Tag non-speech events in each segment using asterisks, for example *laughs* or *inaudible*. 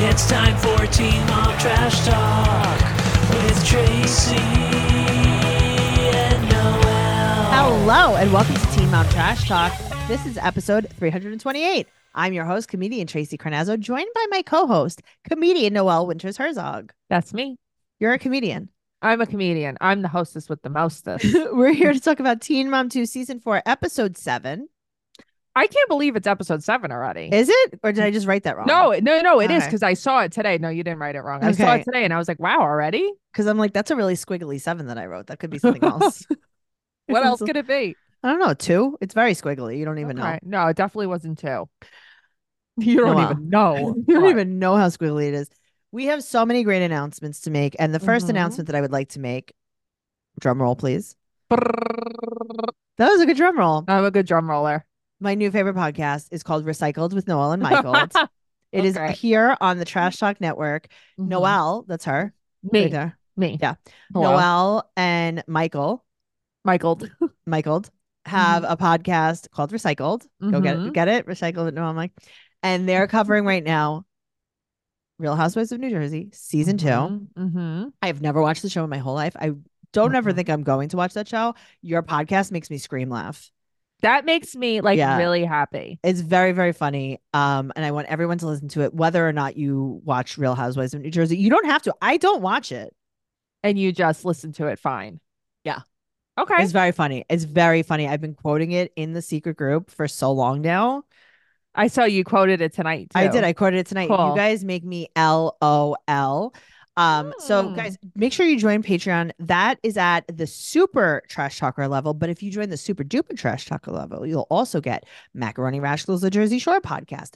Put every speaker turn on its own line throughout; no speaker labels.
It's time for Team Up Trash Talk with Tracy and Noel.
Hello and welcome to Team Mom Trash Talk. This is episode 328. I'm your host, comedian Tracy Carnazzo, joined by my co-host, comedian Noelle Winters Herzog.
That's me.
You're a comedian. *laughs*
I'm a comedian. I'm the hostess with the mostest.
We're here to talk about Teen Mom 2 season 4 episode 7.
I can't believe it's episode seven already.
Is it or did I just write that wrong?
no, no, no, it is
Okay.
because I saw it today. No, you didn't write it wrong. I saw
Okay.
it today and I was like, wow, already?
cuz I'm like that's a really squiggly 7 that I wrote. That could be
*laughs*
something else. *laughs*
What else
I
could it be?
don't know, 2. It's very squiggly. You don't even
Okay. No, it definitely wasn't two.
You
You don't
know.
even know.
*laughs* you don't
What?
even know how squiggly it is. We have so many great announcements to make. And the 1st
Mhm.
announcement that I would like to make, drum roll, please.
Brrrr.
That was a good drum roll.
I'm a good drum roller.
My new favorite podcast is called Recycled with Noel and
*laughs*
Michael. It is
Okay.
here on the Trash Talk Network.
Mhm.
*laughs* Noel, that's her. right
Mm-hmm. me, Oh,
there.
me,
Yeah.
Hello.
Noel and Michael,
Michael.
Michael, have
Mm-hmm.
a podcast called Recycled. Go get it,
Mhm.
get it. Recycled with Noel and Mike. And they're covering right now Real Housewives of New Jersey, season two.
Mm-hmm.
I've never watched the show in my whole life. I don't ever
Mhm.
think I'm going to watch that show. Your podcast makes me scream laugh.
That makes me like
Yeah.
really happy.
It's very, very funny. Um, and I want everyone to listen to it, whether or not you watch Real Housewives of New Jersey. You don't have to. I don't watch it.
And you just listen to it fine.
Yeah.
Okay.
It's very funny. It's very funny. I've been quoting it in the secret group for so long now.
I saw you quoted it tonight.
I
too.
did. I quoted it tonight. You
Cool.
guys make me L O L. Um, so
Hmm.
guys, make sure you join Patreon. That is at the super trash talker level. But if you join the super duper trash talker level, you'll also get Macaroni Rascals, the Jersey Shore podcast.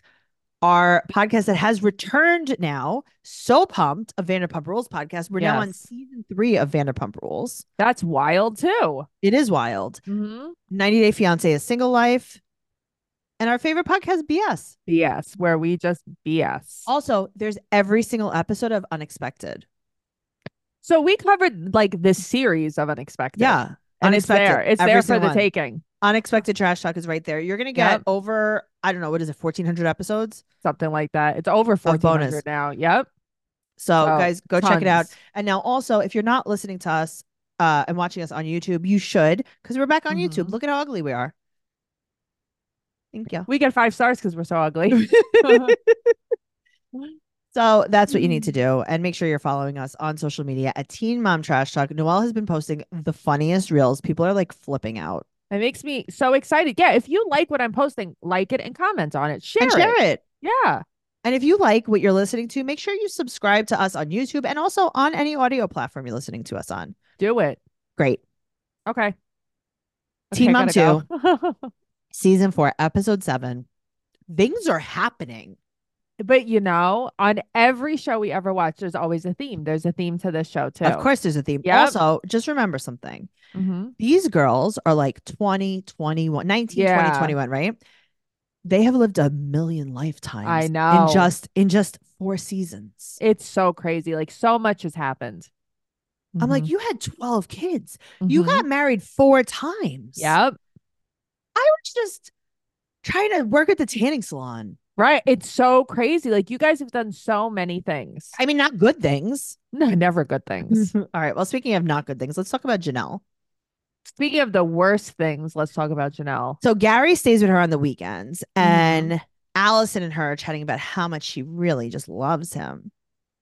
Our podcast that has returned now, so pumped of Vanderpump Rules podcast. We're now on
Yes.
season three of Vanderpump Rules.
That's wild too.
It is wild.
Mm-hmm.
90 Day Fiance is single life. And our favorite podcast, BS.
BS, where we just BS.
Also, there's every single episode of Unexpected.
So we covered like this series of unexpected.
Yeah.
and it's there. It's
Every
there for
single
the
one.
taking.
Unexpected Trash Talk is right there. You're going to get
Yep.
over, I don't know, what is it, 1,400 episodes?
Something like that. It's over
bonus.
fourteen hundred now. Yep.
So,
So,
guys, go check it out.
Oh, Tons.
And now, also, if you're not listening to us uh, and watching us on YouTube, you should because we're back on YouTube.
Mhm.
Look at how ugly we are. Thank you.
We get five stars because we're
*laughs*
so ugly. *laughs*
So that's what you need to
Mm-hmm.
do. And make sure you're following us on social media at Teen Mom Trash Talk. Noelle has been posting the funniest reels. People are like flipping out.
it makes me so excited. Yeah. If you like what I'm posting, like it and comment on it. Share,
and share it.
Yeah.
And if you like what you're listening to, make sure you subscribe to us on YouTube and also on any audio platform you're listening to us on.
Do it.
Great.
Okay. okay
Team up
gotta go. *laughs*
Season four, episode seven. Things are happening.
but you know, on every show we ever watch, there's always a theme. There's a theme to this show too.
Of course, there's a theme.
Yep.
Also, just remember something.
hmm
These girls are like 20, 21, 19, 20,
Yeah.
21, right? They have lived a million lifetimes.
I
In
know.
just in just four seasons.
It's so crazy. Like so much has happened.
I'm like,
Mhm.
you had 12 kids. You
Mhm.
got married four times.
Yep.
I was just trying to work at the tanning salon.
Right. It's so crazy. Like you guys have done so many things.
I Mm-hmm. mean, not good things.
No, never good things.
All right. Well, speaking of not good things, let's talk about Janelle.
Speaking of the worst things, let's talk about Janelle.
So Gary stays with her on the weekends,
Mhm.
and Allison and her are chatting about how much she really just loves him.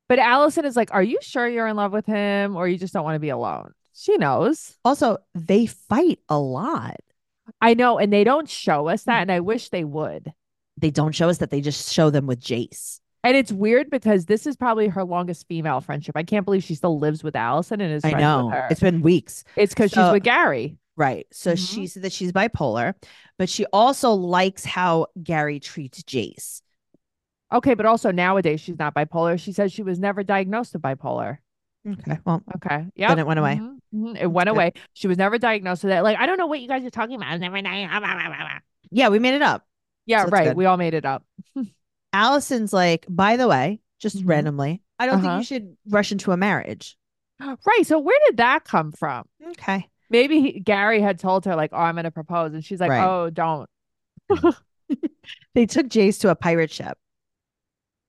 But Allison is like, Are you sure you're in love with him or you just don't want to be alone? She knows.
Also, they fight a lot.
I know. And they don't show us that. And I wish they would.
They don't show us that they just show them with Jace.
And it's weird because this is probably her longest female friendship. I can't believe she still lives with Allison and is
I
friends
know
with her.
it's been weeks,
It's because
So-
she's with Gary.
right? So
Mhm.
she said that she's bipolar, but she also likes how Gary treats Jace.
Okay, but also nowadays she's not bipolar. She says she was never diagnosed with bipolar.
Okay, well,
Okay. Yeah.
it went away.
It went
good.
away. She was never diagnosed with that. Like, I don't know what you guys are talking about. I was never diagnosed.
yeah, we made it up.
Yeah,
that's
right.
good.
We all made it up. *gasps*
Allison's like, by the way, just
Mhm.
randomly, I don't think
Uh-huh.
you should rush into a marriage.
Right. So where did that come from?
Okay.
Maybe he, Gary had told her, like, oh, I'm going to propose. And she's like,
Right.
oh, don't.
They took Jace to a pirate ship.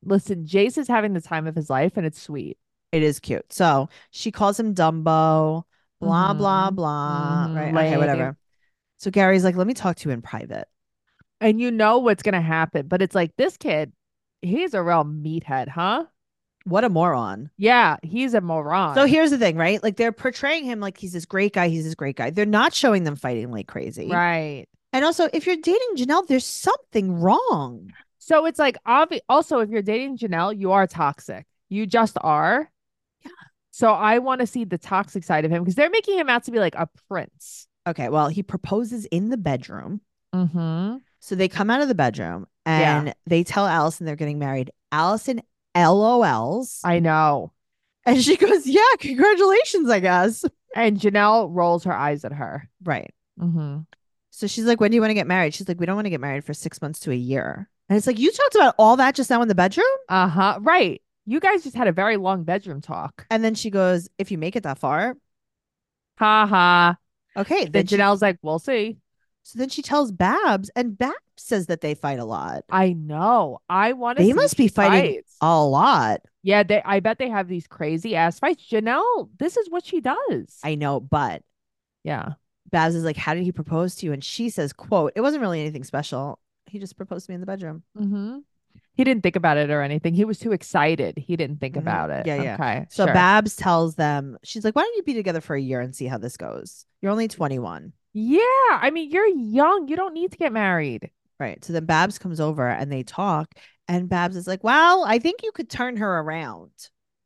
listen, Jace is having the time of his life and it's sweet.
It is cute. So she calls him Dumbo, blah, blah,
Mhm.
blah.
Mhm.
Right. Okay,
Lady.
whatever. So Gary's like, let me talk to you in private.
And you know what's gonna happen. But it's like this kid, he's a real meathead, huh?
What a moron.
Yeah, he's a moron.
So here's the thing, right? Like they're portraying him like he's this great guy, he's this great guy. They're not showing them fighting like crazy.
right.
And also, if you're dating Janelle, there's something wrong.
So it's like obvi- also if you're dating Janelle, you are toxic. You just are.
Yeah.
So I want to see the toxic side of him because they're making him out to be like a prince.
Okay, well, he proposes in the bedroom.
Mm-hmm.
So they come out of the bedroom
Yeah.
and they tell Allison they're getting married. Allison LOLs.
I know.
And she goes, Yeah, congratulations, I guess.
And Janelle rolls her eyes at her.
Right.
Mm-hmm.
So she's like, When do you want to get married? She's like, We don't want to get married for six months to a year. And it's like, You talked about all that just now in the bedroom.
Uh huh. Right. You guys just had a very long bedroom talk.
And then she goes, If you make it that far,
Ha ha.
okay.
Then
she-
Janelle's like, we'll see.
so then she tells Babs, and Babs says that they fight a lot.
I know. I want to.
They must be fighting
Fights.
a lot.
Yeah. They. I bet they have these crazy ass fights. Janelle. This is what she does.
I know, but
yeah.
Babs is like, How did he propose to you? And she says, quote, It wasn't really anything special. He just proposed to me in the bedroom.
Mm-hmm. He didn't think about it or anything. He was too excited. He didn't think
Mhm.
about it.
Yeah, yeah.
Okay.
So
sure.
Babs tells them, she's like, why don't you be together for a year and see how this goes? You're only 21.
Yeah. I mean, you're young. You don't need to get married.
Right. So then Babs comes over and they talk. And Babs is like, well, I think you could turn her around.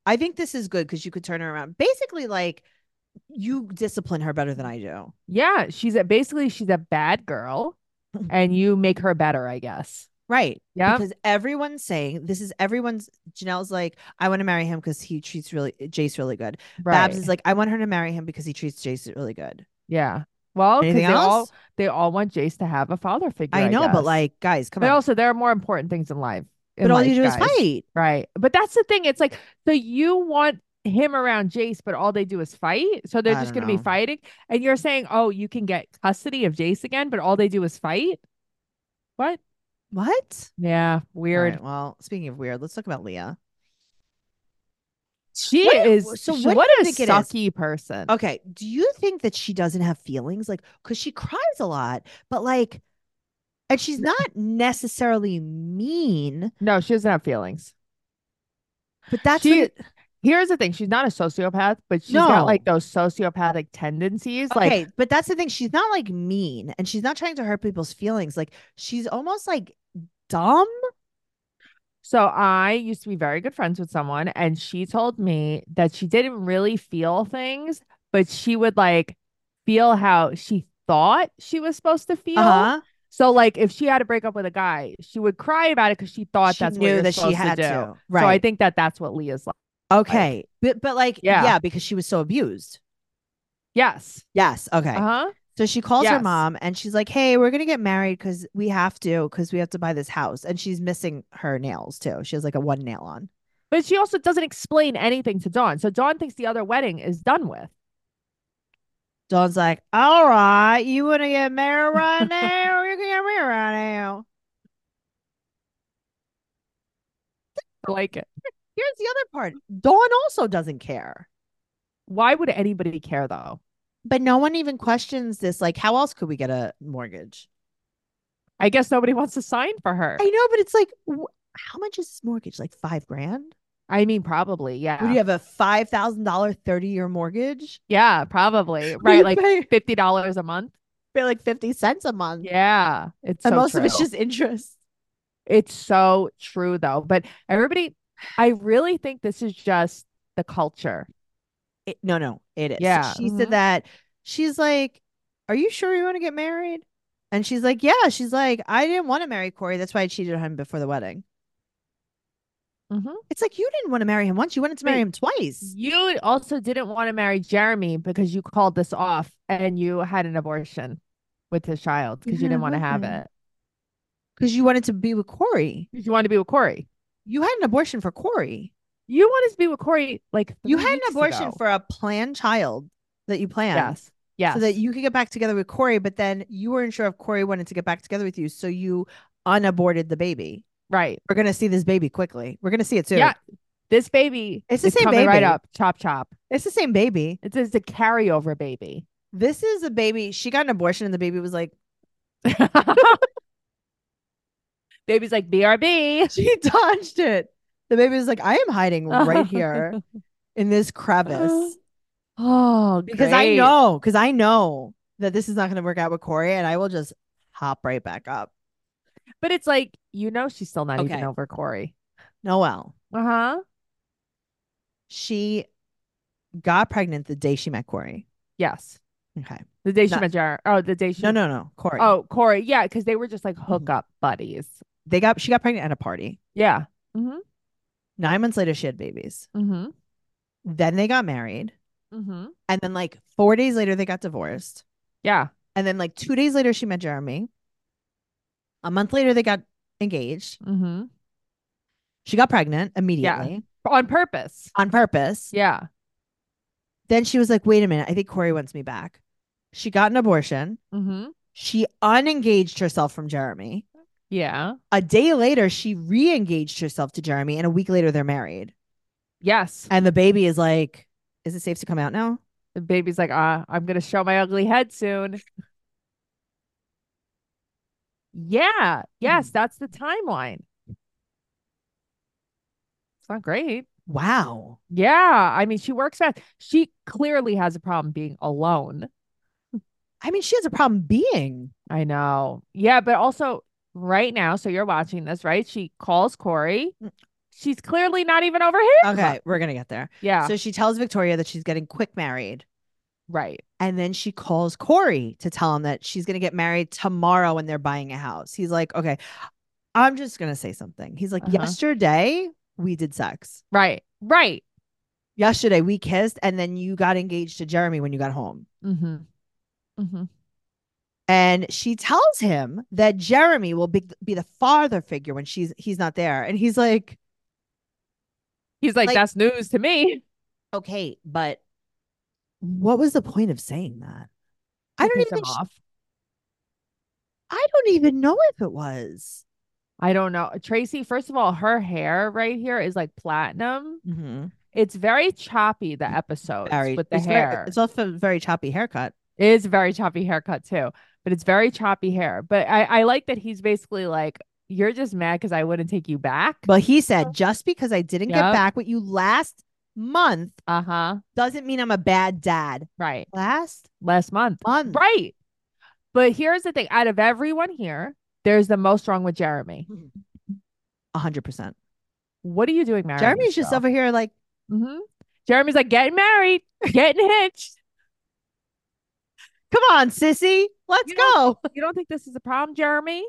I think this is good because you could turn her around. Basically, like, you discipline her better than I do.
Yeah. She's a basically she's a
*laughs*
bad girl, and you make her better. I guess.
Right.
Yeah.
Because everyone's saying this is everyone's. Janelle's like, I want to marry him because he treats really Jace really good. Babs is like, I want her to marry him because he treats Jace really good.
Yeah. Well, because
Anything
they all
else?
they all want Jace to have a father figure.
I know,
guess.
but like, guys, come
but
on.
also there are more important things in life. in
but all you
life,
do
guys.
is fight.
right? But that's the thing. It's like so you want him around Jace, but all they do is fight. So they're
I
just
don't
going to be
know.
fighting, and you're saying, oh, you can get custody of Jace again, but all they do is fight. What?
What?
Yeah,
All
weird.
right, well, speaking of weird, let's talk about Leah.
She
What do-
is
so
she-
what do
what
you
a
think it is?
sucky person.
Okay. Do you think that she doesn't have feelings? Like, because she cries a lot, but like, and she's not necessarily mean,
No, she doesn't have feelings.
but that's
She-
what it-
Here's the thing: she's not a sociopath, but she's got like
No.
those sociopathic tendencies. Like
okay. but that's the thing. She's not like mean and she's not trying to hurt people's feelings. Like, she's almost like dumb.
So I used to be very good friends with someone, and she told me that she didn't really feel things, but she would like feel how she thought she was supposed to feel.
Uh
So like if she had to break up with a guy, she would cry about it because she
huh.
thought
She
that's what
knew
you're
that she
supposed
had
to
to.
do.
Right.
So I think that that's what Leah's like.
okay. but, but like,
Yeah.
yeah, because she was so abused.
Yes.
Yes. Okay.
Uh huh.
So she calls her
Yes.
mom and she's like, "Hey, we're gonna get married because we have to because we have to buy this house." And she's missing her nails too. She has like a one nail on.
But she also doesn't explain anything to Dawn. So Dawn thinks the other wedding is done with.
Dawn's like, "All right, you wanna get married right
*laughs*
now? You can get married right now."
I like it.
Here's the other part: Dawn also doesn't care,
Why would anybody care though?
but no one even questions this. Like, how else could we get a mortgage?
I guess nobody wants to sign for her.
I know, but it's like, wh- how much is this mortgage? Like five grand?
I, mean, probably, yeah.
Would you have a five thousand dollar thirty year mortgage?
Yeah,
*laughs*
probably.
You
Right. Like
pay,
fifty dollars a month.
pay like fifty cents a month.
Yeah. It's so
and most
true.
of it's just interest.
it's so true though. But everybody I really think this is just the culture.
It, no, no, it is. So
Yeah.
she
Mhm.
said that she's like, "Are you sure you want to get married?" And she's like, "Yeah." She's like, "I didn't want to marry Corey. That's why I cheated on him before the wedding."
Mhm.
It's like you didn't want to marry him once. You wanted to marry
Wait.
him twice.
You also didn't want to marry Jeremy because you called this off and you had an abortion with his child because you
had an
didn't want to have
abortion.
it.
Because you wanted to be with Corey.
'Cause You wanted to be with Corey.
You had an abortion for Corey.
You wanted to be with Corey like
You
three
had an
weeks
abortion
ago.
for a planned child that you planned.
yes. Yes.
So that you could get back together with Corey, but then you weren't sure if Corey wanted to get back together with you. So you unaborted the baby.
Right.
We're gonna see this baby quickly. We're gonna see it soon.
Yeah. This baby
It's the
is
same
coming right
baby.
up. Chop chop.
It's the same baby.
It's, it's a carryover baby.
This is a baby. She got an abortion and the baby was like, *laughs*
*laughs* Baby's like BRB.
she dodged it. The baby was like, I am
*laughs*
hiding right here in this
*gasps*
crevice.
Oh,
Because I
great.
know, because I know that this is not gonna work out with Corey, and I will just hop right back up.
But it's like, you know, she's still not
Okay. Uh-huh.
even over Corey.
Noelle.
Uh huh.
she got pregnant the day she met Corey.
Yes.
Okay.
The day she
Not-
met Jared. Oh, the day she.
No, no, no. Corey. Mm-hmm.
Oh, Corey. Yeah. Because they were just like hookup buddies.
They got she got pregnant at a party.
Yeah. Mm
Nine months later, she had babies.
hmm. Mm
Then they got married.
hmm. Mm hmm.
And then like four days later, they got divorced.
Yeah.
And then like two days later, she met Jeremy. A month later, they got engaged.
Mm hmm.
She got pregnant immediately
On purpose.
on purpose.
Yeah.
Then she was like, wait a minute, I think Corey wants me back. She got an abortion.
Mm hmm.
She unengaged herself from Jeremy.
Yeah.
A day later, she re engaged herself to Jeremy, and a week later, they're married.
Yes.
And the baby is like, Is it safe to come out now?
The baby's like, ah, I'm gonna show my ugly head soon. Yeah.
Hmm.
Yes. That's the timeline. It's not great.
Wow.
Yeah, I mean, she works fast. She clearly has a problem being alone.
I mean, she has a problem being.
I know. Yeah, but also right now, so you're watching this, right? She calls Corey.
Mm.
She's clearly not even over here.
Okay, we're going to get there.
Yeah,
So she tells Victoria that she's getting quick married.
right.
And then she calls Corey to tell him that she's going to get married tomorrow and they're buying a house. He's like, Okay, I'm just going to say something. He's like,
Uh-huh.
Yesterday, we did sex.
Right. Right.
Yesterday, we kissed. And then you got engaged to Jeremy when you got home.
Mm-hmm. Mm-hmm.
and she tells him that Jeremy will be, be the father figure when she's he's not there and he's like
He's like,
Like-
that's news to me.
okay but what was the point of saying that I
To
don't
piss
even
him
think she-
off.
I don't even know if it was
I don't know. Tracy, first of all, her hair right here is like platinum. It's very choppy, the episodes
Very-
with the
it's
hair.
very, it's also a very choppy haircut
It is a very choppy haircut too, but it's very choppy hair. But I, I like that he's basically like, you're just mad because I wouldn't take you back.
but he said just because I didn't get
Yep.
back with you last month
uh huh,
doesn't mean I'm a bad dad
right.
last
Last month,
month
right. But here's the thing: out of everyone here, there's the most wrong with Jeremy.
100%
What are you doing, marrying
Jeremy's just
yourself?
over here like
Mhm. Jeremy's like getting married, getting hitched.
come on sissy let's
You
go *laughs*
know- You don't think this is a problem, Jeremy?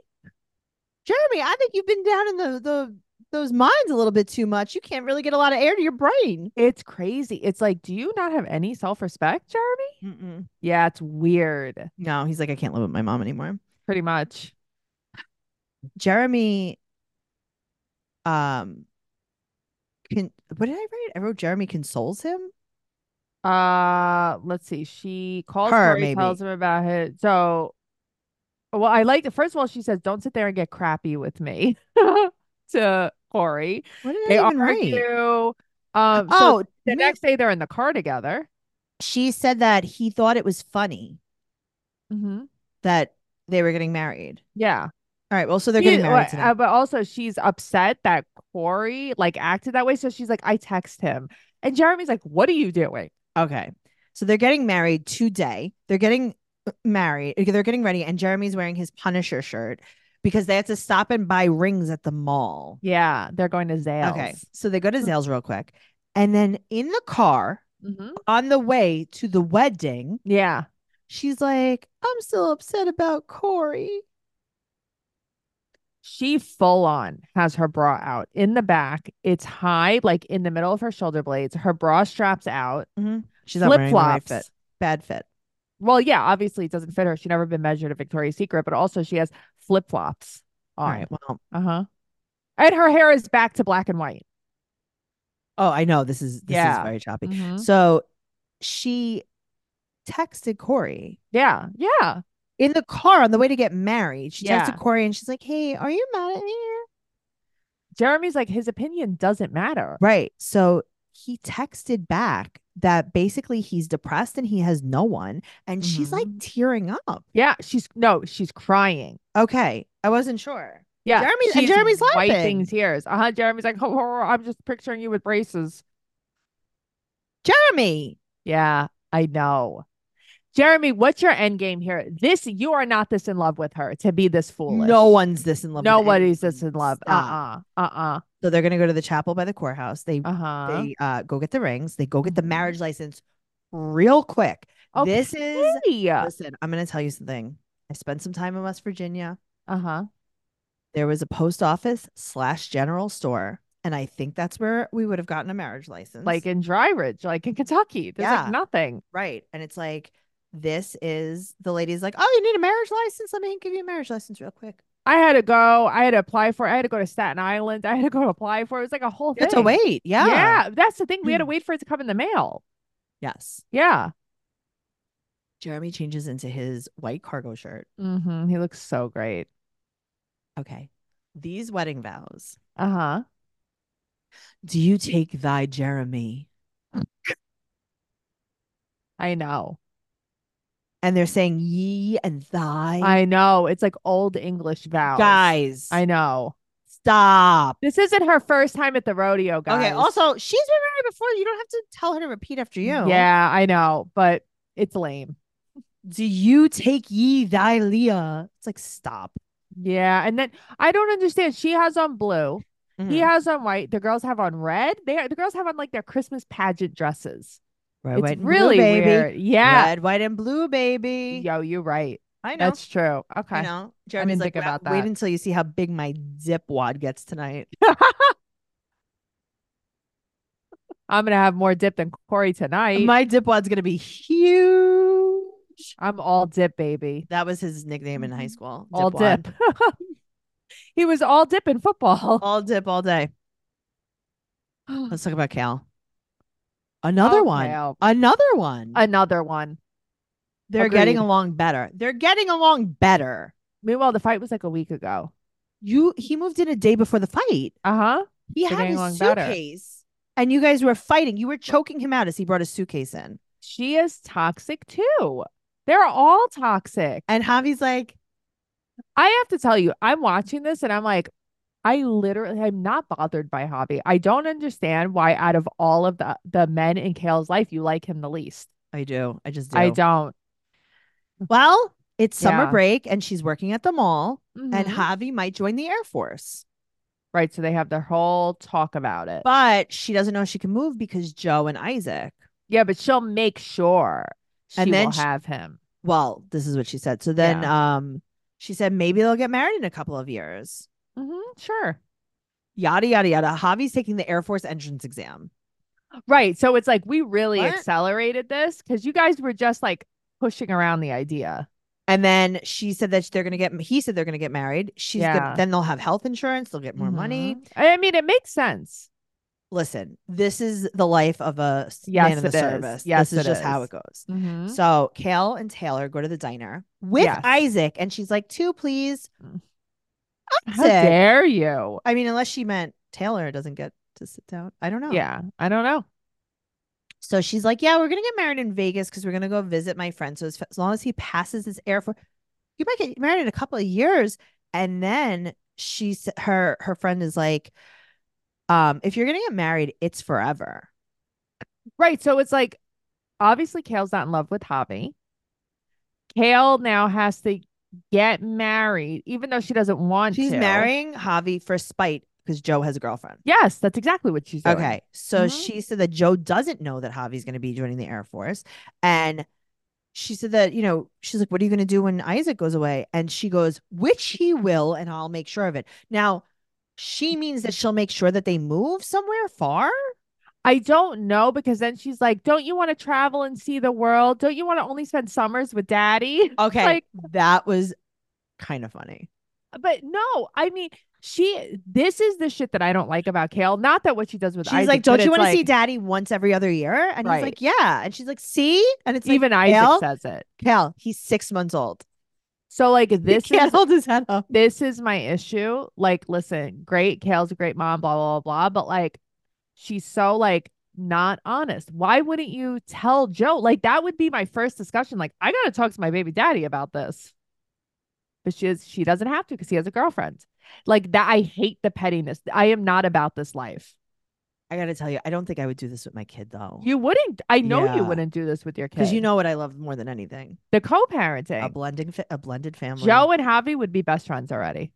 Jeremy, I think you've been down in the the those mines a little bit too much. You can't really get a lot of air to your brain.
It's crazy. It's like, do you not have any self-respect, Jeremy?
Mm-mm.
Yeah, it's weird.
No, he's like, I can't live with my mom anymore.
Pretty much.
Jeremy, um, can what did I write? I wrote Jeremy consoles him.
Uh, let's see. She calls
Her,
Corey, tells him about it. So, well, I like the first of all, she says, "Don't sit there and get crappy with me." *laughs* to Corey,
What did
they
I even
argue.
write?
Um, so
oh, me-
the next day they're in the car together.
she said that he thought it was funny
Mm-hmm.
that they were getting married.
Yeah,
All right, well, so they're
She-
getting married
well,
today.
uh, but also she's upset that Corey like acted that way. So she's like, "I text him," and Jeremy's like, "What are you doing?"
Okay. So they're getting married today. They're getting uh, married. They're getting ready, and Jeremy's wearing his Punisher shirt because they had to stop and buy rings at the mall.
Yeah, they're going to Zales.
Okay. So they go to Zales real quick. And then in the car
hmm
on the way to the wedding,
Yeah.
she's like, I'm still upset about Corey.
She full on has her bra out in the back. It's high, like in the middle of her shoulder blades. Her bra straps out.
She's not wearing the right
Flip-flops.
fit. Bad fit.
Well, yeah, obviously it doesn't fit her. She's never been measured at Victoria's Secret, but also she has flip flops
All
on.
right. Well,
Uh huh. And her hair is back to black and white.
oh, I know this is this
Yeah.
is very choppy.
Mhm.
So she texted Corey
Yeah. Yeah.
in the car on the way to get married. She
Yeah.
texted Corey and she's like, Hey, are you mad at me?
Jeremy's like, his opinion doesn't matter.
Right. So he texted back that basically he's depressed and he has no one. And she's like
Mhm.
tearing up.
Yeah, she's no, she's crying.
Okay. I wasn't sure.
Yeah,
Jeremy's- and
she's
Jeremy's
wiping
laughing.
tears. Uh huh. Jeremy's like, oh, I'm just picturing you with braces.
Jeremy.
Yeah, I know. Jeremy, what's your end game here? This you are not this in love with her to be this foolish.
No one's this in love. with
Nobody's this in
anyone.
love.
Stop.
Uh uh.
So they're gonna go to the chapel by the courthouse. They
Uh huh.
they uh, go get the rings. They go get the
Mhm.
marriage license real quick.
Oh,
this is
Uh
listen. I'm gonna tell you something. I spent some time in West Virginia.
huh.
There was a post office slash general store, and I think that's where we would have gotten a marriage license.
Like in Dry Ridge, like in Kentucky. There's
Yeah.
like nothing.
right, and it's like this is the lady's like, oh, you need a marriage license. Let me give you a marriage license real quick.
I had to go. I had to apply for. it. I had to go to Staten Island. I had to go to apply for. It It was like a whole
You have
thing.
to wait. Yeah. Mm.
Yeah, that's the thing. We had to wait for it to come in the mail.
Yes.
Yeah.
Jeremy changes into his white cargo shirt. Mm-hmm.
hmm He looks so great.
Okay. These wedding vows.
Uh huh.
Do you take thy Jeremy?
I know.
And they're saying ye and thy.
I know. It's like old English vowels.
guys,
I know.
stop.
This isn't her first time at the rodeo, guys.
Okay. Also, she's been married before. You don't have to tell her to repeat after you.
Yeah, I know, but it's lame.
Do you take ye thy Leah? It's like stop.
Yeah, and then I don't understand. She has on blue. He
Hmm.
has on white. The girls have on red. They the girls have on like their Christmas pageant dresses.
Red,
It's
white, and blue,
really
baby.
weird. Yeah.
Red, white, and blue, baby.
Yo, you're right.
I know.
That's true.
I
Okay.
know. Jeremy's
didn't
like,
think
"Well,
about
wait
that."
until you see how big my dip wad gets tonight.
I'm gonna have more dip than Corey tonight.
My dip wad's gonna be huge.
I'm all dip, baby.
That was his nickname in high school.
Mm-hmm. all
wad.
dip. *laughs* he was all dip in football.
all dip all day.
*laughs*
Let's talk about Cal. Another
Oh,
one.
Cal.
Another one.
Another one.
They're getting
agreed.
along better. They're getting along better.
Meanwhile, the fight was like a week ago.
You he moved in a day before the fight.
Uh huh.
He
They're
had
getting
his
along better.
suitcase. And you guys were fighting. You were choking him out as he brought his suitcase in.
She is toxic too. They're all toxic.
And Javi's like,
I have to tell you, I'm watching this and I'm like, I literally I'm not bothered by Hobby. I don't understand why out of all of the the men in Kale's life, you like him the least.
I do. I just
I don't.
Well, it's summer
Yeah.
break and she's working at the mall. And
Mhm.
Javi might join the Air Force.
right, so they have their whole talk about it.
But she doesn't know she can move because Joe and Isaac
yeah, but she'll make sure she
And then
will
sh-
have him.
well, this is what she said. So then um she said maybe they'll get married in a couple of years.
hmm sure.
Yada yada yada. Javi's taking the Air Force entrance exam.
Right. So it's like we really
What?
accelerated this because you guys were just like pushing around the idea.
And then she said that they're gonna get he said they're gonna get married. She's gonna,
Yeah.
then they'll have health insurance, they'll get more money.
Mhm. I I mean, it makes sense.
Listen, this is the life of a s-
Mm-hmm. Yes,
man in the
it is.
service.
Yes,
this is
it
just how
is.
it goes.
Mhm.
So Kale and Taylor go to the diner with
Yes.
Isaac, and she's like, two, please.
Mm.
Isaac.
How dare you?
I mean, unless she meant Taylor doesn't get to sit down. I don't know.
Yeah, I don't know.
So she's like, "Yeah, we're gonna get married in Vegas because we're gonna go visit my friend. So as, as long as he passes this Air Force, you might get married in a couple of years." And then she, s- her, her friend is like, "Um, if you're gonna get married, it's forever."
Right. So it's like obviously Kale's not in love with Hobby. Kale now has to get married, even though she doesn't want
She's
to.
marrying Javi for spite because Joe has a girlfriend.
Yes, that's exactly what she's doing.
Okay, so
Mhm.
she said that Joe doesn't know that Javi's gonna be joining the Air Force, and she said that you know she's like, "What are you gonna do when Isaac goes away?" And she goes, "Which he will, and I'll make sure of it." Now, she means that she'll make sure that they move somewhere far.
I don't know because then she's like, Don't you want to travel and see the world? Don't you want to only spend summers with daddy? *laughs*
Okay,
Like,
that was kind of funny.
but no, I mean, she this is the shit that I don't like about Kale. Not that what she does with
She's
Isaac,
like, "Don't
but
you
it's
want to see
like,
Daddy once every other year?" And he's
Right.
like, "Yeah," and she's like, "See," and it's even
even Isaac
Kale?
says it.
Cal, he's six months old.
So
*laughs*
like this
can't
is
hold his head up.
this is my issue. Like, listen, great, Kale's a great mom, blah, blah, blah, blah. But like, she's so like not honest. Why wouldn't you tell Joe? Like, that would be my first discussion. Like, I gotta talk to my baby daddy about this. But she is she doesn't have to because he has a girlfriend. Like that, I hate the pettiness. I am not about this life.
I gotta tell you, I don't think I would do this with my kid though,
You wouldn't. I know
Yeah.
you wouldn't do this with your kid
because you know what I love more than anything:
the
a
co-parenting.
blending, fa- a blended family.
Joe and Javi would be best friends already.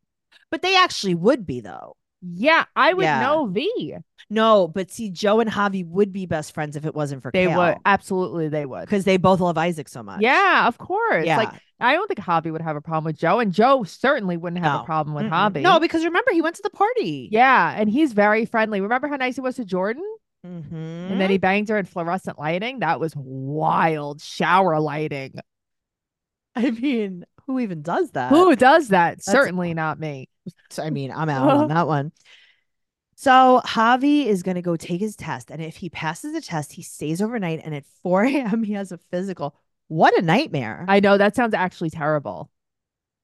but they actually would be though.
Yeah, I would
Yeah.
know V.
No, but see, Joe and Javi would be best friends if it wasn't for
They would
Kale,
absolutely. They would.
because they both love Isaac so much.
Yeah, of course.
yeah.
Like I don't think Hobby would have a problem with Joe, and Joe certainly wouldn't have
No.
a problem with
Mm-mm.
Hobby.
Mm-hmm. No, because remember he went to the party.
yeah, and he's very friendly. Remember how nice he was to Jordan,
Mm-hmm.
and then he banged her in fluorescent lighting. That was wild shower lighting.
*laughs* I mean, who even does that?
Who does that? Certainly not me.
So, I mean, I'm out
*laughs*
on that one. So Javi is going to go take his test, and if he passes the test, he stays overnight. And at 4 a.m., he has *laughs* a physical. What a nightmare!
I know that sounds actually terrible.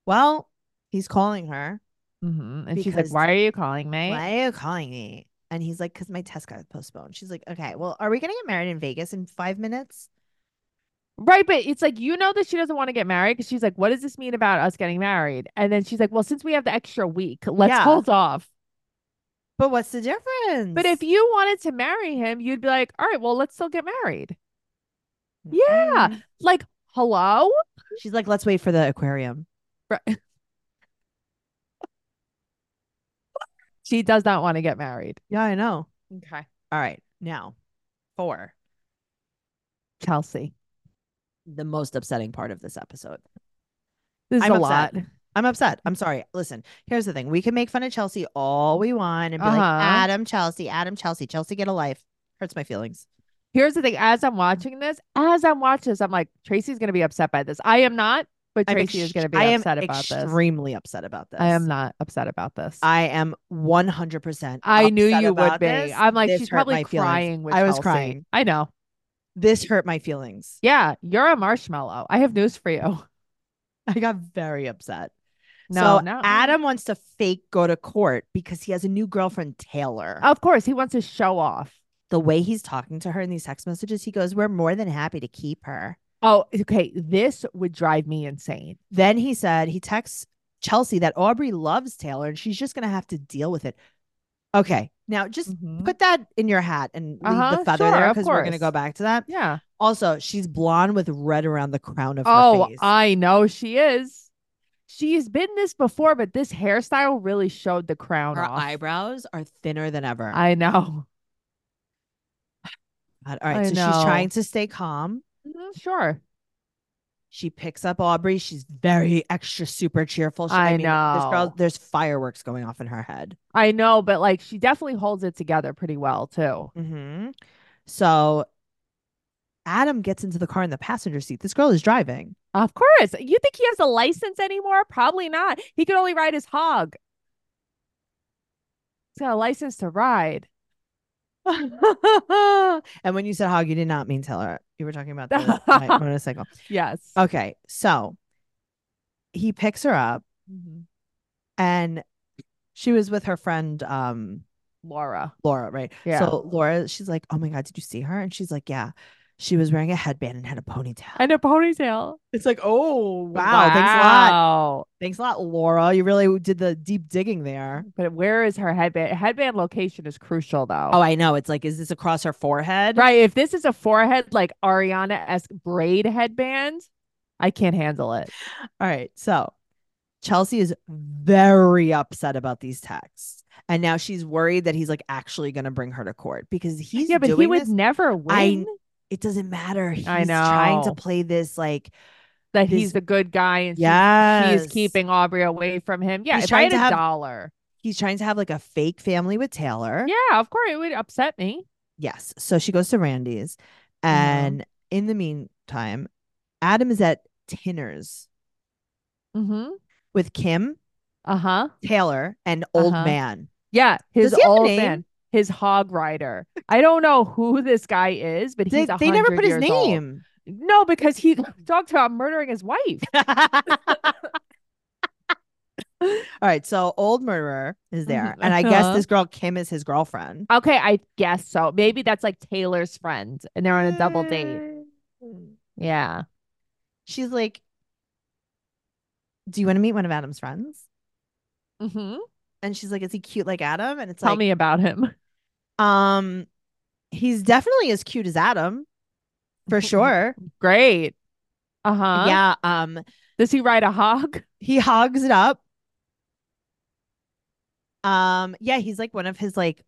well, he's calling her.
hmm And she's like,
Because-
"Why are you calling me?"
Why are you calling me? And he's like, because my test got postponed. She's like, okay, well, are we going to get married in Vegas in five minutes?
Right, but it's like you know that she doesn't want to get married because she's like, "What does this mean about us getting married?" And then she's like, "Well, since we have the extra week, let's
Yeah.
hold off."
But what's the difference?
But if you wanted to marry him, you'd be like, all right, well, let's still get married. Yeah.
Mm.
Like, hello?
She's like, let's wait for the aquarium.
She does not want to get married.
Yeah, I know.
Okay.
All right. Now, four,
Chelsea.
the most upsetting part of this episode.
This is
I'm
a
upset.
lot.
I'm upset. I'm sorry. Listen, here's the thing. We can make fun of Chelsea all we want and be
Uh-huh.
like, Adam, Chelsea, Adam, Chelsea, Chelsea, get a life. Hurts my feelings.
Here's the thing. As I'm watching this, as I'm watching this, I'm like, Tracy's gonna be upset by this. I am not, but
I'm
Tracy is
ex-
gonna be
I am
upset about this.
extremely upset about this.
I am not upset about this.
I am 100%.
I knew
upset
you would
about
be.
this.
I'm like,
This
she's
hurt my
probably
feelings.
crying with
I was
Chelsea.
crying.
I know.
This hurt my feelings. *laughs*
Yeah, you're a marshmallow. I have news for you.
I got very upset. *laughs*
No,
so
no.
Adam wants to fake go to court because he has a new girlfriend, Taylor.
Of course, he wants to show off.
The way he's talking to her in these text messages, he goes, We're more than happy to keep her.
Oh, okay. This would drive me insane.
Then he said he texts Chelsea that Aubrey loves Taylor and she's just going to have to deal with it. Okay. Now just put that in your hat and leave
Mm-hmm. Uh-huh,
the feather
sure,
there
of
because we're going to
course.
go back to that.
yeah.
Also, she's blonde with red around the crown of her
Oh,
face.
I know she is. She's been this before, but this hairstyle really showed the crown
her
off.
eyebrows are thinner than ever.
I know.
God, All right.
I
so
know.
she's trying to stay calm. Mm-hmm.
Mhm, Sure.
She picks up Aubrey. She's very extra super cheerful. She,
I
This girl,
know.
there's fireworks going off in her head.
I know, but like she definitely holds it together pretty well too. Mm-hmm.
hmm So Adam gets into the car in the passenger seat. This girl is driving.
*laughs* Of course. You think he has a license anymore? Probably not. He could only ride his hog. He's got a license
*laughs*
to ride.
and when you said hog, you did not mean Taylor. You were talking about
*laughs*
the mi- motorcycle.
Yes.
Okay. So he picks her up
Mhm.
and she was with her friend um
Laura.
Laura, right?
Yeah.
So Laura, she's like, Oh my God, did you see her? And she's like, Yeah. She was wearing a headband and had a ponytail.
And a ponytail.
It's like, oh wow, thanks a lot.
Wow.
Thanks a lot, Laura. You really did the deep digging there.
But where is her headband? Headband location is crucial though.
Oh, I know. It's like, is this across her forehead?
right. If this is a forehead like Ariana esque braid headband, I can't handle it.
All right. So Chelsea is very upset about these texts. And now she's worried that he's like actually gonna bring her to court because he's
yeah, but
doing
he would
this.
never win
It doesn't matter. He's
I
trying to
know.
play this like
that
this-
he's the good guy and
yeah,
she's, she's keeping Aubrey away from him. Yeah,
He's
if I
trying
had
to
a
have-
dollar.
he's trying to have like a fake family with Taylor.
Yeah, of course it would upset me.
Yes. So she goes to Randy's.
Mhm.
And in the meantime, Adam is at Tinner's
Mm-hmm.
with Kim,
Uh-huh.
Taylor, and Old
Uh-huh.
Man.
Yeah. His
he have a
old
name?
man. His hog rider. I don't know who this guy is, but
They,
he's
they never
100
put his
years old.
name.
*laughs*
*laughs*
No, because he talked about murdering his wife.
All right, so old murderer is there,
Mhm,
and I guess
uh-huh.
this girl Kim is his girlfriend.
Okay, I guess so. Maybe that's like Taylor's friend and they're on a double
Mm.
date. Yeah.
She's like, "Do you want to meet one of Adam's friends?"
Mm-hmm.
And she's like, "Is he cute like Adam?" And it's
Tell
like,
me about him. *laughs*
um, he's definitely as cute as Adam, for sure.
Great. Uh huh.
Yeah. Um,
Does he ride a hog?
he hogs it up. Um, yeah, he's like one of his like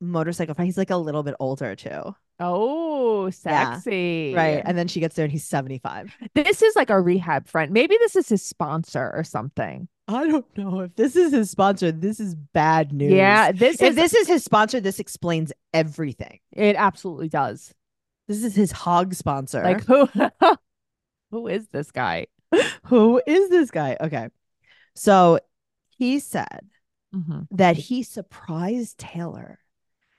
motorcycle friends. He's like a little bit older too,
Oh, sexy.
right? And then she gets there and he's seventy five.
This is like a rehab friend. Maybe this is his sponsor or something.
I don't know if this is his sponsor. This is bad news.
Yeah. This
If
is
this is his sponsor, this explains everything.
it absolutely does.
This is his hog sponsor.
Like who *laughs* who is this guy?
who is this guy? Okay. So he said
Mm-hmm.
that he surprised Taylor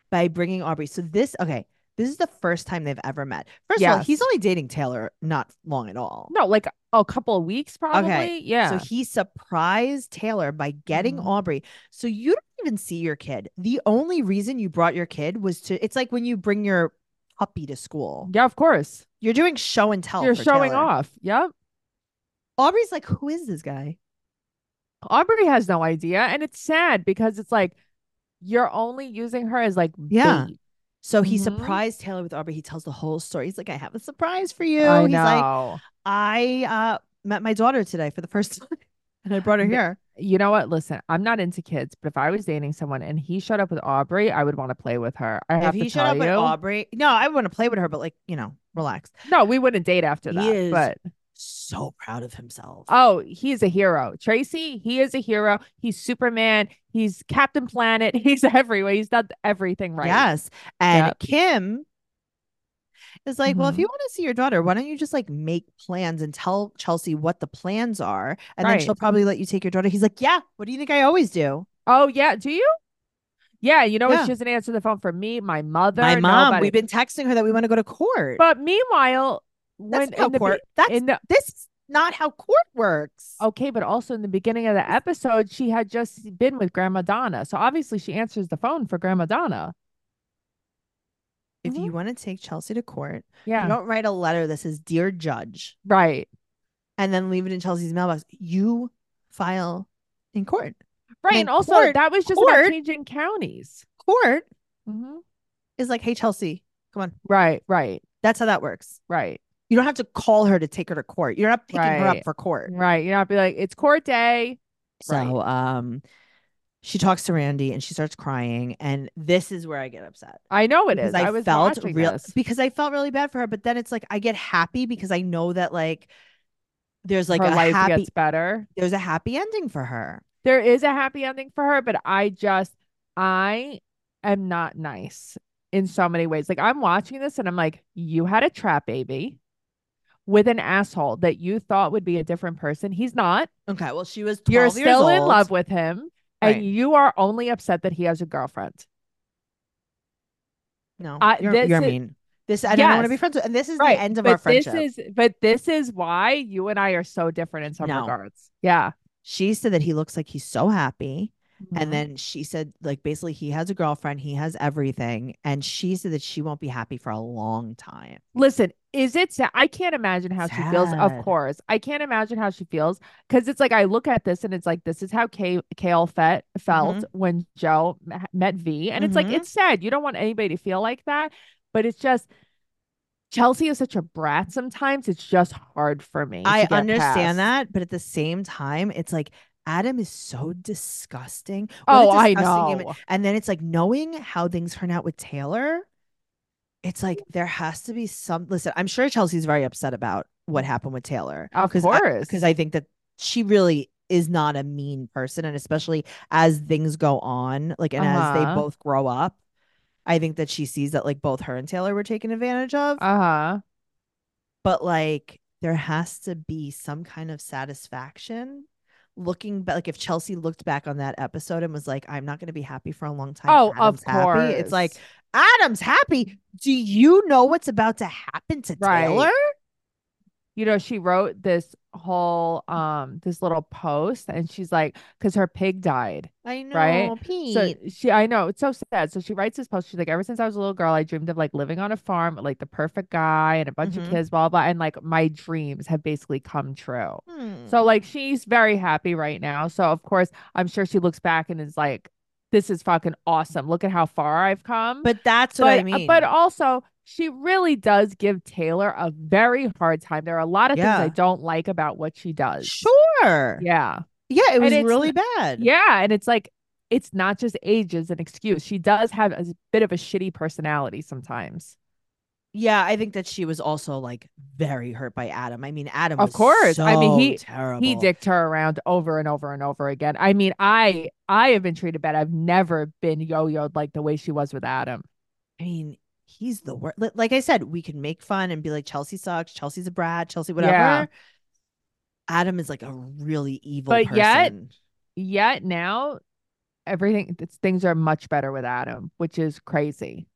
by bringing Aubrey. So this, okay, this is the first time they've ever met. First of all, he's
Yes.
only dating Taylor not long at all.
No, like a couple of weeks probably. Yeah.
So he surprised Taylor by getting
Mhm.
Aubrey. So you don't even see your kid. The only reason you brought your kid was to, it's like when you bring your puppy to school,
yeah, of course.
you're doing show and tell.
You're
for
showing
Taylor.
off. Yep.
Aubrey's like, who is this guy?
Aubrey has no idea. And it's sad because it's like you're only using her as like
Yeah.
bait.
So he
Mhm.
surprised Taylor with Aubrey. He tells the whole story. He's like, I have a surprise for you.
I
He's like,
know.
I uh, met my daughter today for the first *laughs* time and I brought her
Th-
here.
You know what? Listen, I'm not into kids, but if I was dating someone and he showed up with Aubrey, I would want to play with her. I
if
have
he
to
showed
tell
up
you.
with Aubrey, no, I want to play with her, but like, you know, relax.
no, we wouldn't date after
He
that.
is-
But
So proud of himself.
oh, he's a hero. Tracy, he is a hero. He's Superman. He's Captain Planet. *laughs* He's everywhere. He's done everything right.
Yes. And
Yep.
Kim is like, well, if
Mhm.
you want to see your daughter, why don't you just like make plans and tell Chelsea what the plans are? And then she'll
Right.
probably let you take your daughter. He's like, yeah, what do you think I always do?
Oh yeah. Do you? Yeah. You know what?
Yeah.
She doesn't answer the phone for me, my mother,
My mom,
nobody.
we've been texting her that we want to go to court.
But meanwhile,
That's
when
not how
in the, be-
court. That's
in Oh, the
this is not how court works.
Okay, but also in the beginning of the episode, she had just been with Grandma Donna. So obviously she answers the phone for Grandma Donna.
If
Mhm.
you want to take Chelsea to court,
Yeah.
you don't write a letter that says "Dear Judge"
Right.
and then leave it in Chelsea's mailbox. You file in court.
Right.
mean,
And also
court-
that was just about
court- Mm-hmm.
changing counties.
Court
hmm
is like, "Hey, Chelsea, come on."
Right, right,
That's how that works.
right,
You don't have to call her to take her to court. You're not picking her up
Right.
for court.
right. You're not be like, it's court day. Right.
So, um, she talks to Randy and she starts crying, and this is where I get upset.
I know it is.
because I,
was
felt
watching
real
this.
because I felt really bad for her. But then it's like I get happy because I know that like there's like
Her
a
life
happy
gets better.
there's a happy ending for her.
There is a happy ending for her, but I just I am not nice in so many ways. Like I'm watching this and I'm like, you had a trap baby with an asshole that you thought would be a different person. He's not.
Okay, well she was 12
You're
years
still in
old.
love with him
Right.
and you are only upset that he has a girlfriend.
No,
I-
you're,
this
you're
is-
mean. This I don't want to be
Yes.
friends with. And this is
right.
the end of
but
our friendship.
This is but this is why you and I are so different in some
No.
regards. Yeah.
she said that he looks like he's so happy.
Mhm.
And then she said, like, basically, he has a girlfriend, he has everything. And she said that she won't be happy for a long time.
Listen, is it sad? I can't imagine how she feels.
Sad.
Of course, I can't imagine how she feels because it's like I look at this and it's like this is how Kay- Kale fet- felt
Mm-hmm.
when Joe m- met V, and it's like
Mhm.
it's sad. You don't want anybody to feel like that, but it's just Chelsea is such a brat. Sometimes it's just hard for me.
I
to get past.
understand that, but at the same time, it's like Adam is so disgusting. We're
Oh, I
discussing
know.
him, and then it's like knowing how things turn out with Taylor, it's like there has to be some. Listen, I'm sure Chelsea's very upset about what happened with Taylor.
Of course.
because I, think that she really is not a mean person, and especially as things go on, like and as they
Uh-huh.
both grow up, I think that she sees that like both her and Taylor were taken advantage of
Uh huh.
but like there has to be some kind of satisfaction looking back like if chelsea looked back on that episode and was like i'm not going to be happy for a long time
Oh,
Adam's
of
happy,"
course.
it's like adam's happy do you know what's about to happen to
Right.
taylor
you know, she wrote this whole um this little post and she's like cuz her pig died.
I know,
Right?
Pete.
So she I know, it's so sad. So she writes this post she's like ever since I was a little girl I dreamed of like living on a farm with like the perfect guy and a bunch
Mhm.
of kids blah blah and like my dreams have basically come true.
Hmm.
So like she's very happy right now. So of course, I'm sure she looks back and is like this is fucking awesome. Look at how far I've come.
but that's what I mean.
But also, she really does give Taylor a very hard time. There are a lot of things
Yeah.
I don't like about what she does.
sure, yeah,
Yeah.
it was
it's
really bad.
Yeah. And it's like, it's not just age as an excuse. She does have a bit of a shitty personality sometimes.
yeah, I think that she was also like very hurt by Adam. I mean, Adam,
Of
was
course. I mean,
so
he- he
terrible.
He dicked her around over and over and over again. I mean, I I have been treated bad. I've never been yo-yoed like the way she was with Adam.
I mean, he's the worst. Like I said, we can make fun and be like, Chelsea sucks, Chelsea's a brat, Chelsea, whatever.
Yeah.
Adam is like a really evil
But
person.
yet- Yet now everything it's, things are much better with Adam, which is crazy.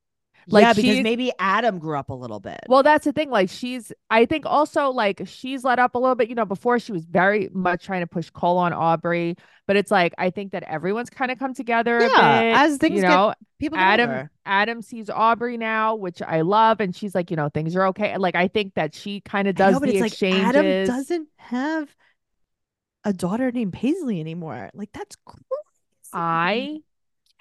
like,
yeah, because
she's-
maybe Adam grew up a little bit.
Well, that's the thing. Like she's, I think also like she's let up a little bit. You know, before she was very much trying to push Cole on Aubrey, but it's like I think that everyone's kind of come together. a
Yeah,
bit,
as things
you
get-
know,
people get
Adam
older.
Adam sees Aubrey now, which I love, and she's like, you know, things are okay. And, Like I think that she kind of
I know,
does
but
the
it's
exchanges.
like Adam doesn't have a daughter named Paisley anymore. Like that's crazy.
I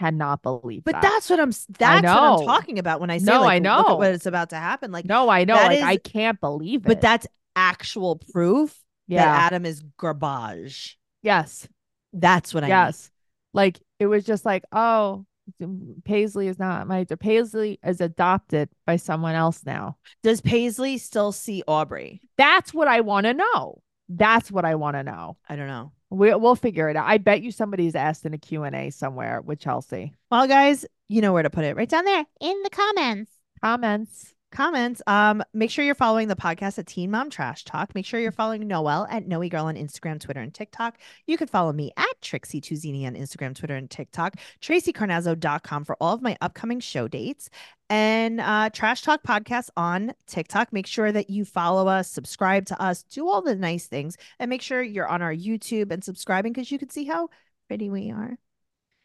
cannot believe.
But
that.
that's what I'm. s- That's what I'm
know.
talking about when I say
No,
like,
I
look at
know.
what is about to happen. Like,
no, I know.
that
Like
is-
I can't believe
but
it.
that's actual proof
yeah,
that Adam is garbage.
yes,
That's what I mean.
Yes. Like it was just like, oh, m- Paisley is not my Paisley is adopted by someone else now.
Does Paisley still see Aubrey?
That's what I want to know. That's what I want to know.
I don't know.
We, we'll figure it out. I bet you somebody's asked in a Q&A somewhere with Chelsea.
Well, guys, you know where to put it. Right down there in the comments.
Comments.
Comments. Um, make sure you're following the podcast at Teen Mom Trash Talk. Make sure you're following Noelle at Noe Girl on Instagram, Twitter, and TikTok. You can follow me at Trixie Tuzini on Instagram, Twitter, and TikTok. TracyCarnazzo.com for all of my upcoming show dates and uh, Trash Talk Podcast on TikTok. Make sure that you follow us, subscribe to us, do all the nice things, and make sure you're on our YouTube and subscribing because you can see how pretty we are.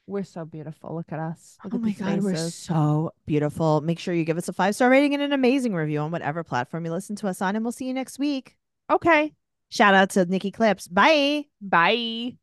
We're so beautiful. Look at us. Look
Oh
at
my
these
God, we're
faces.
so beautiful. Make sure you give us a five star rating and an amazing review on whatever platform you listen to us on. And we'll see you next week.
Okay.
Shout out to Nikki Clips. Bye.
Bye.